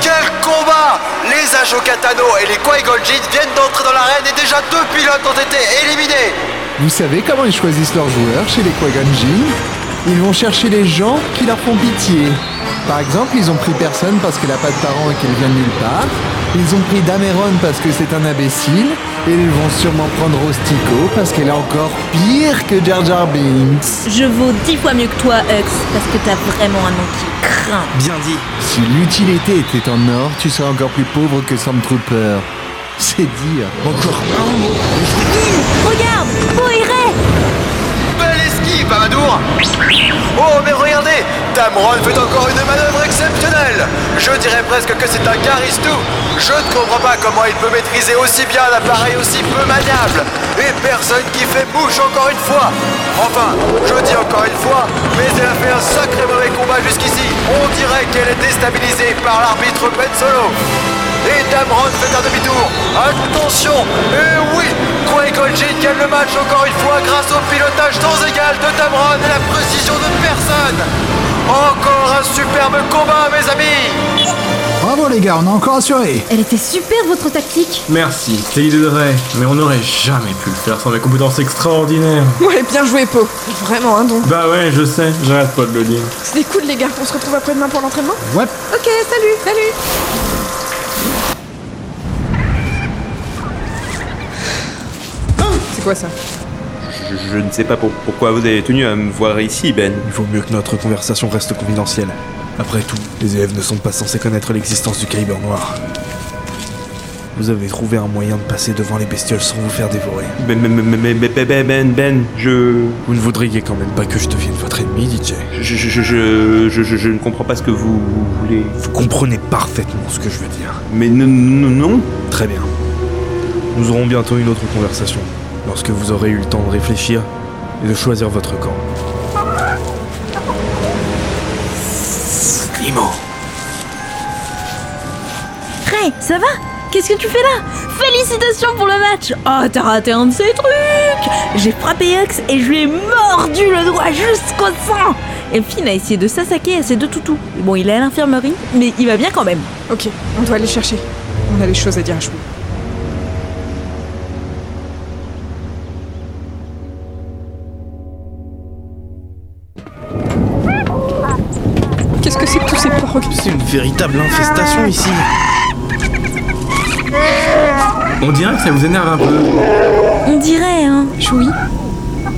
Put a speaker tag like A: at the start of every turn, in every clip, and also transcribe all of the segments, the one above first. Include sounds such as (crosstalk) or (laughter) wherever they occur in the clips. A: Quel combat Les Ajo Katano et les Kwai Goljin viennent d'entrer dans l'arène et déjà deux pilotes ont été éliminés
B: Vous savez comment ils choisissent leurs joueurs chez les Kwaganjin Ils vont chercher les gens qui leur font pitié. Par exemple, ils ont pris personne parce qu'elle n'a pas de parents et qu'elle vient de nulle part. Ils ont pris Dameron parce que c'est un imbécile. Et ils vont sûrement prendre Rostico parce qu'elle est encore pire que Jar Jar Binks.
C: Je vaux dix fois mieux que toi, Hux, parce que t'as vraiment un nom qui craint.
D: Bien dit.
B: Si l'utilité était en or, tu serais encore plus pauvre que Stormtrooper. C'est dire.
D: Encore un mot.
C: Il Mmh, Regarde oh, Poiré
A: Belle esquive, Babadour Oh, mais regardez Damron fait encore une manœuvre exceptionnelle Je dirais presque que c'est un charistou Je ne comprends pas comment il peut maîtriser aussi bien un appareil aussi peu maniable Et personne qui fait bouche encore une fois Enfin, je dis encore une fois, mais elle a fait un sacré mauvais combat jusqu'ici On dirait qu'elle est déstabilisée par l'arbitre Ben Solo et Damron fait un demi-tour. Attention Et oui Quake Goljin gagne le match encore une fois grâce au pilotage sans égal de Damron et la précision de personne Encore un superbe combat, mes amis
E: Bravo les gars, on a encore assuré.
C: Elle était super votre tactique
F: Merci, t'es l'idée de vrai, mais on n'aurait jamais pu le faire sans mes compétences extraordinaires.
G: Ouais, bien joué, Po. Vraiment, hein, donc.
F: Bah ouais, je sais, j'arrête pas de le dire.
G: C'était cool, les gars. On se retrouve après-demain pour l'entraînement
E: Ouais.
G: Ok, salut, salut. C'est quoi ça
H: Je, je ne sais pas pour- pourquoi vous avez tenu à me voir ici, Ben.
D: Il vaut mieux que notre conversation reste confidentielle. Après tout, les élèves ne sont pas censés connaître l'existence du Kyber noir. Vous avez trouvé un moyen de passer devant les bestioles sans vous faire dévorer.
H: Ben, ben, ben, ben, ben, ben, ben, Ben, je...
D: Vous ne voudriez quand même pas que je devienne votre ennemi, DJ.
H: Je, je, je, je, je- je- je ne comprends pas ce que vous, vous voulez.
D: Vous comprenez parfaitement ce que je veux dire.
H: Mais non, non, non.
D: Très bien. Nous aurons bientôt une autre conversation, lorsque vous aurez eu le temps de réfléchir et de choisir votre camp.
C: Ray, ça va Qu'est-ce que tu fais là Félicitations pour le match Oh, t'as raté un de ces trucs J'ai frappé Hux et je lui ai mordu le doigt jusqu'au sang Et Finn a essayé de s'assaquer à ses deux toutous. Bon, il est à l'infirmerie, mais il va bien quand même.
G: Ok, on doit aller chercher. On a des choses à dire à Chou. Qu'est-ce que c'est que tous ces paroles
D: C'est une véritable infestation ici.
F: On dirait que ça vous énerve un peu.
C: On dirait, hein
G: Choui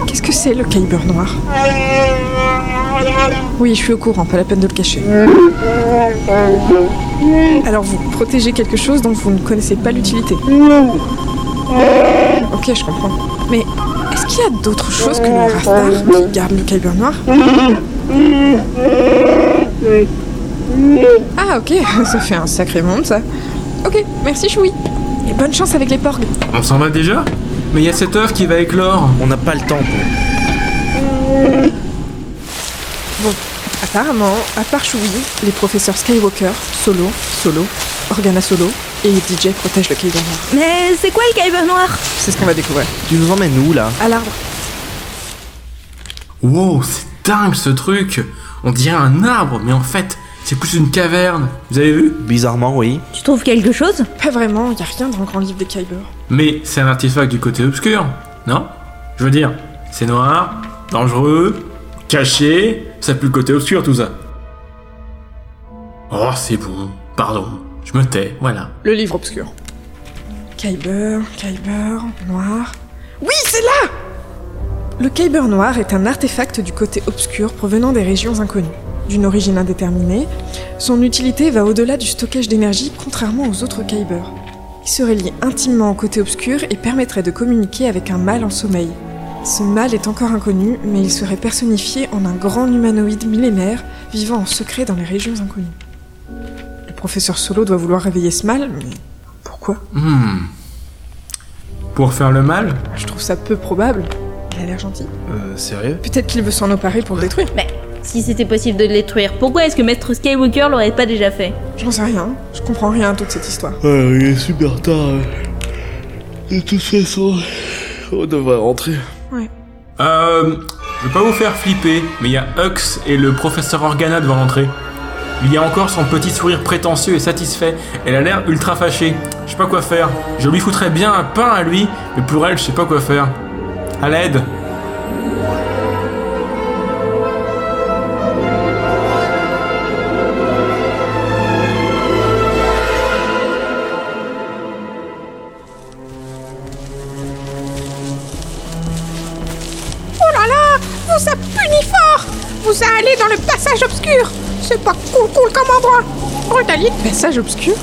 G: Qu'est-ce que c'est le Kyber noir Oui, je suis au courant, pas la peine de le cacher. Alors vous protégez quelque chose dont vous ne connaissez pas l'utilité. Ok, je comprends. Mais est-ce qu'il y a d'autres choses que le Raftar qui garde le Kyber noir Ah ok, (laughs) ça fait un sacré monde ça. Ok, merci Choui. Et bonne chance avec les porgs.
F: On s'en va déjà Mais il y a cette œuvre qui va éclore.
D: On n'a pas le temps pour.
G: Apparemment, à part Chewie, les professeurs Skywalker, Solo, Solo, Organa Solo et DJ protègent le Kyber Noir.
C: Mais c'est quoi le Kyber noir
G: C'est ce qu'on va découvrir.
D: Tu nous emmènes où là
G: À l'arbre.
F: Wow, c'est dingue ce truc On dirait un arbre, mais en fait, c'est plus une caverne. Vous avez vu
D: Bizarrement, oui.
C: Tu trouves quelque chose
G: Pas vraiment, y a rien dans le grand livre des Kyber.
F: Mais c'est un artefact du côté obscur, non Je veux dire, c'est noir, dangereux, caché, ça pue le côté obscur tout ça. Oh, c'est bon, pardon, je me tais, voilà.
G: Le livre obscur. Kyber, Kyber, noir. Oui, c'est là Le Kyber noir est un artefact du côté obscur provenant des régions inconnues. D'une origine indéterminée, son utilité va au-delà du stockage d'énergie contrairement aux autres Kyber. Il serait lié intimement au côté obscur et permettrait de communiquer avec un mâle en sommeil. Ce mâle est encore inconnu, mais il serait personnifié en un grand humanoïde millénaire vivant en secret dans les régions inconnues. Le professeur Solo doit vouloir réveiller ce mal, mais pourquoi
F: Hmm. Pour faire le mal
G: Je trouve ça peu probable. Il a l'air gentil.
D: Euh, sérieux
G: Peut-être qu'il veut s'en emparer pour le détruire.
C: Mais si c'était possible de le détruire, pourquoi est-ce que Maître Skywalker l'aurait pas déjà fait
G: J'en sais rien. Je comprends rien à toute cette histoire.
D: Euh.
I: il est Ah super tard. De toute façon, on devrait rentrer.
F: Euh. Je vais pas vous faire flipper, mais il y a Hux et le professeur Organa devant l'entrée. Il y a encore son petit sourire prétentieux et satisfait. Elle a l'air ultra fâchée. Je sais pas quoi faire. Je lui foutrais bien un pain à lui, mais pour elle, je sais pas quoi faire. À l'aide
J: Oh là là Vous a puni fort Vous a allé dans le passage obscur C'est pas cool cool comme endroit Brutalit
G: Passage obscur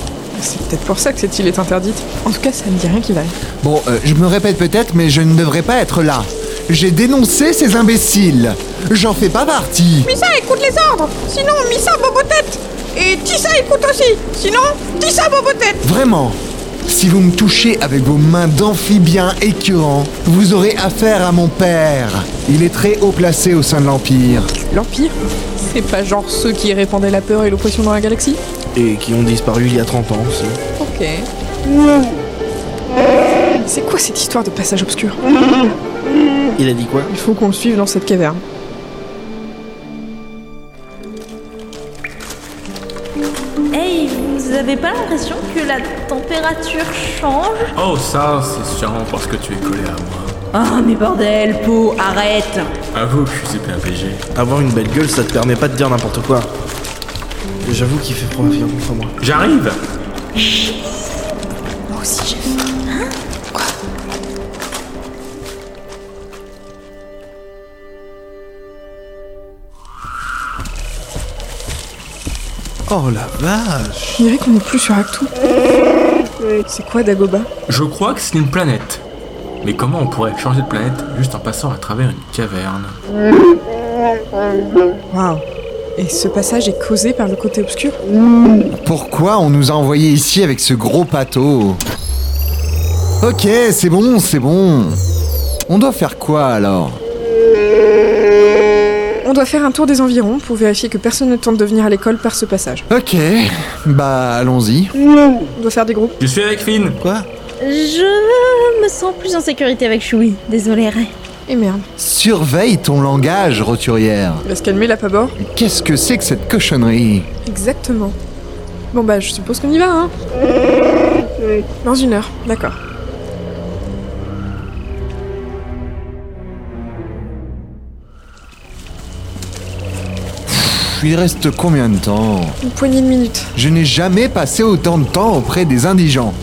G: C'est peut-être pour ça que cette île est interdite. En tout cas, ça ne dit rien qu'il aille.
B: Bon, euh, je me répète peut-être, mais je ne devrais pas être là. J'ai dénoncé ces imbéciles. J'en fais pas partie.
J: Misa écoute les ordres Sinon, Misa bobo tête Et Tissa écoute aussi Sinon, Tissa bobo tête
B: Vraiment. Si vous me touchez avec vos mains d'amphibien écœurant, vous aurez affaire à mon père. Il est très haut placé au sein de l'Empire.
G: L'Empire C'est pas genre ceux qui répandaient la peur et l'oppression dans la galaxie
D: Et qui ont disparu il y a 30 ans aussi.
G: Ok. Hmm. C'est quoi cette histoire de passage obscur
I: Il a dit quoi
G: Il faut qu'on le suive dans cette caverne.
C: Hey, vous avez pas l'impression que la température change
F: Oh, ça, c'est sûrement parce que tu es collé à moi.
C: Ah, mais bordel, Pau, arrête
F: Avoue que je suis PAPG.
D: Avoir une belle gueule, ça te permet pas de dire n'importe quoi. J'avoue qu'il fait profil contre moi.
F: J'arrive
G: Moi aussi j'ai faim.
D: Oh la vache
G: Je dirais qu'on n'est plus sur Actu. C'est quoi Dagoba
F: Je crois que c'est une planète. Mais comment on pourrait changer de planète juste en passant à travers une caverne
G: Waouh. Et ce passage est causé par le côté obscur
B: Pourquoi on nous a envoyés ici avec ce gros pâteau Ok, c'est bon, c'est bon. On doit faire quoi alors
G: On doit faire un tour des environs pour vérifier que personne ne tente de venir à l'école par ce passage.
B: Ok, bah allons-y.
G: On doit faire des groupes.
F: Je suis avec Finn
D: Quoi
C: Je me sens plus en sécurité avec Choui. Désolée, Ray.
G: Et merde.
B: Surveille ton langage, roturière.
G: Il va se calmer là, pas bord
B: Qu'est-ce que c'est que cette cochonnerie
G: Exactement. Bon bah je suppose qu'on y va, hein Dans une heure, d'accord.
B: Il reste combien de temps
G: Une poignée de minutes.
B: Je n'ai jamais passé autant de temps auprès des indigents.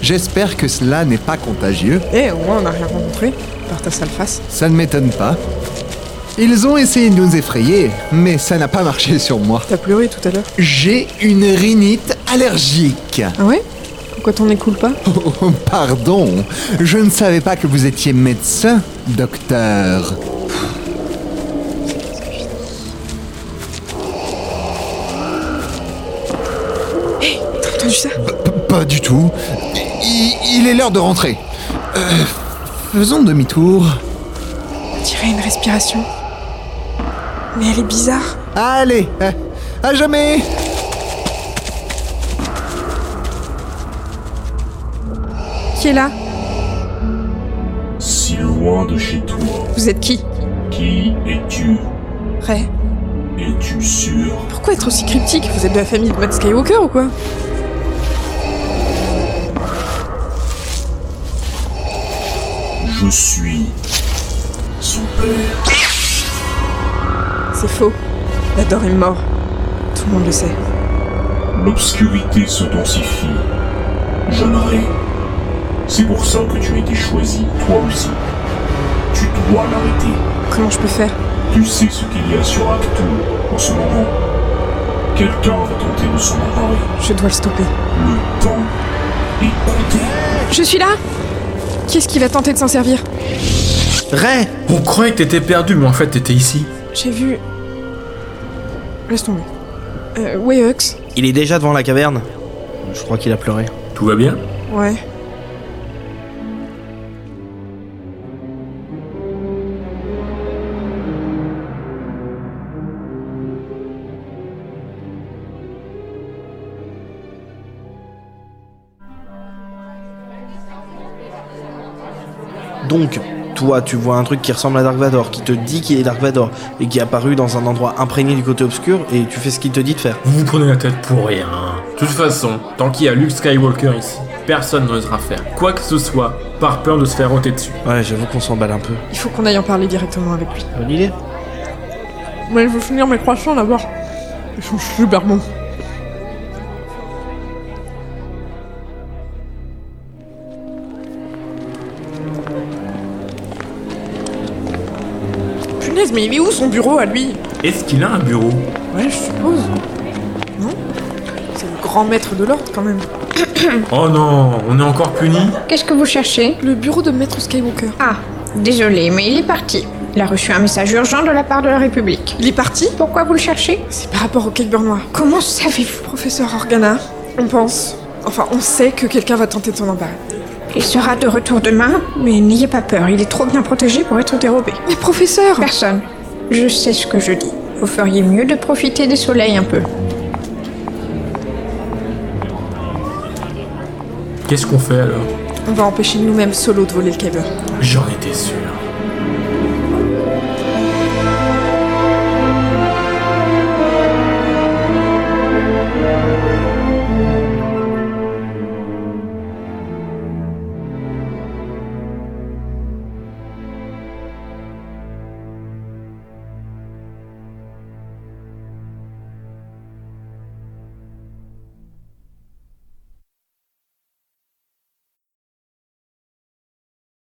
B: J'espère que cela n'est pas contagieux,
G: Eh, au moins on n'a rien rencontré, par ta sale face.
B: ça ne m'étonne pas. Ils ont essayé de nous effrayer, mais ça n'a pas marché sur moi.
G: T'as pleuré tout à l'heure.
B: J'ai une rhinite allergique. (laughs)
G: Ah ouais Pourquoi t'en écoules pas
B: Oh, pardon, je ne savais pas que vous étiez médecin, docteur.
G: T'as entendu ça
B: P- Pas du tout. I- Il, est l'heure de rentrer. Euh, faisons demi-tour.
G: On dirait une respiration. Mais elle est bizarre.
B: Allez, euh, à jamais
G: Qui est là
K: Si loin de chez toi,
G: Vous êtes qui
K: qui es-tu
G: Ray.
K: Es-tu sûr
G: Pourquoi être aussi cryptique Vous êtes de la famille de Matt Skywalker ou quoi
K: Je suis son père.
G: C'est faux. L'adore est mort. Tout le monde le sait.
K: L'obscurité se densifie. Jeune Ray, c'est pour ça que tu as été choisi, toi aussi. Tu dois l'arrêter.
G: Comment je peux faire
K: Tu sais ce qu'il y a sur Actu en ce moment. Quelqu'un va tenter de s'en emparer.
G: Je dois le stopper.
K: Le temps est compté.
G: Je suis là Qu'est-ce qui va tenter de s'en servir
D: Ray
F: On croyait que t'étais perdu, mais en fait t'étais ici.
G: J'ai vu. Laisse tomber. Euh, Wayux
D: Il est déjà devant la caverne. Je crois qu'il a pleuré.
F: Tout va bien
G: Ouais.
D: Donc, Toi, tu vois un truc qui ressemble à Dark Vador, qui te dit qu'il est Dark Vador, et qui est apparu dans un endroit imprégné du côté obscur, et tu fais ce qu'il te dit de faire.
F: Vous vous prenez la tête pour rien. De toute façon, tant qu'il y a Luke Skywalker ici, personne n'osera faire quoi que ce soit par peur de se faire ôter dessus.
D: Ouais, j'avoue qu'on s'emballe un peu.
G: Il faut qu'on aille en parler directement avec lui.
D: Bonne idée.
G: Mais je veux finir mes croissants d'abord. Ils sont super bons. Punaise, mais il est où son bureau à lui
F: Est-ce qu'il a un bureau
G: Ouais, je suppose. Non C'est le grand maître de l'ordre quand même.
F: Oh non, on est encore puni
J: Qu'est-ce que vous cherchez
G: Le bureau de Maître Skywalker.
J: Ah, désolé, mais il est parti. Il a reçu un message urgent de la part de la République.
G: Il est parti
J: Pourquoi vous le cherchez
G: C'est par rapport au Kyber noir.
J: Comment savez-vous
G: Professeur Organa, on pense. Enfin, on sait que quelqu'un va tenter de s'en emparer.
J: Il sera de retour demain, mais n'ayez pas peur, il est trop bien protégé pour être dérobé.
G: Mais professeur
J: Personne. Je sais ce que je dis. Vous feriez mieux de profiter des soleils un peu.
F: Qu'est-ce qu'on fait alors
G: On va empêcher nous-mêmes solo de voler le Kyber.
F: J'en étais sûr.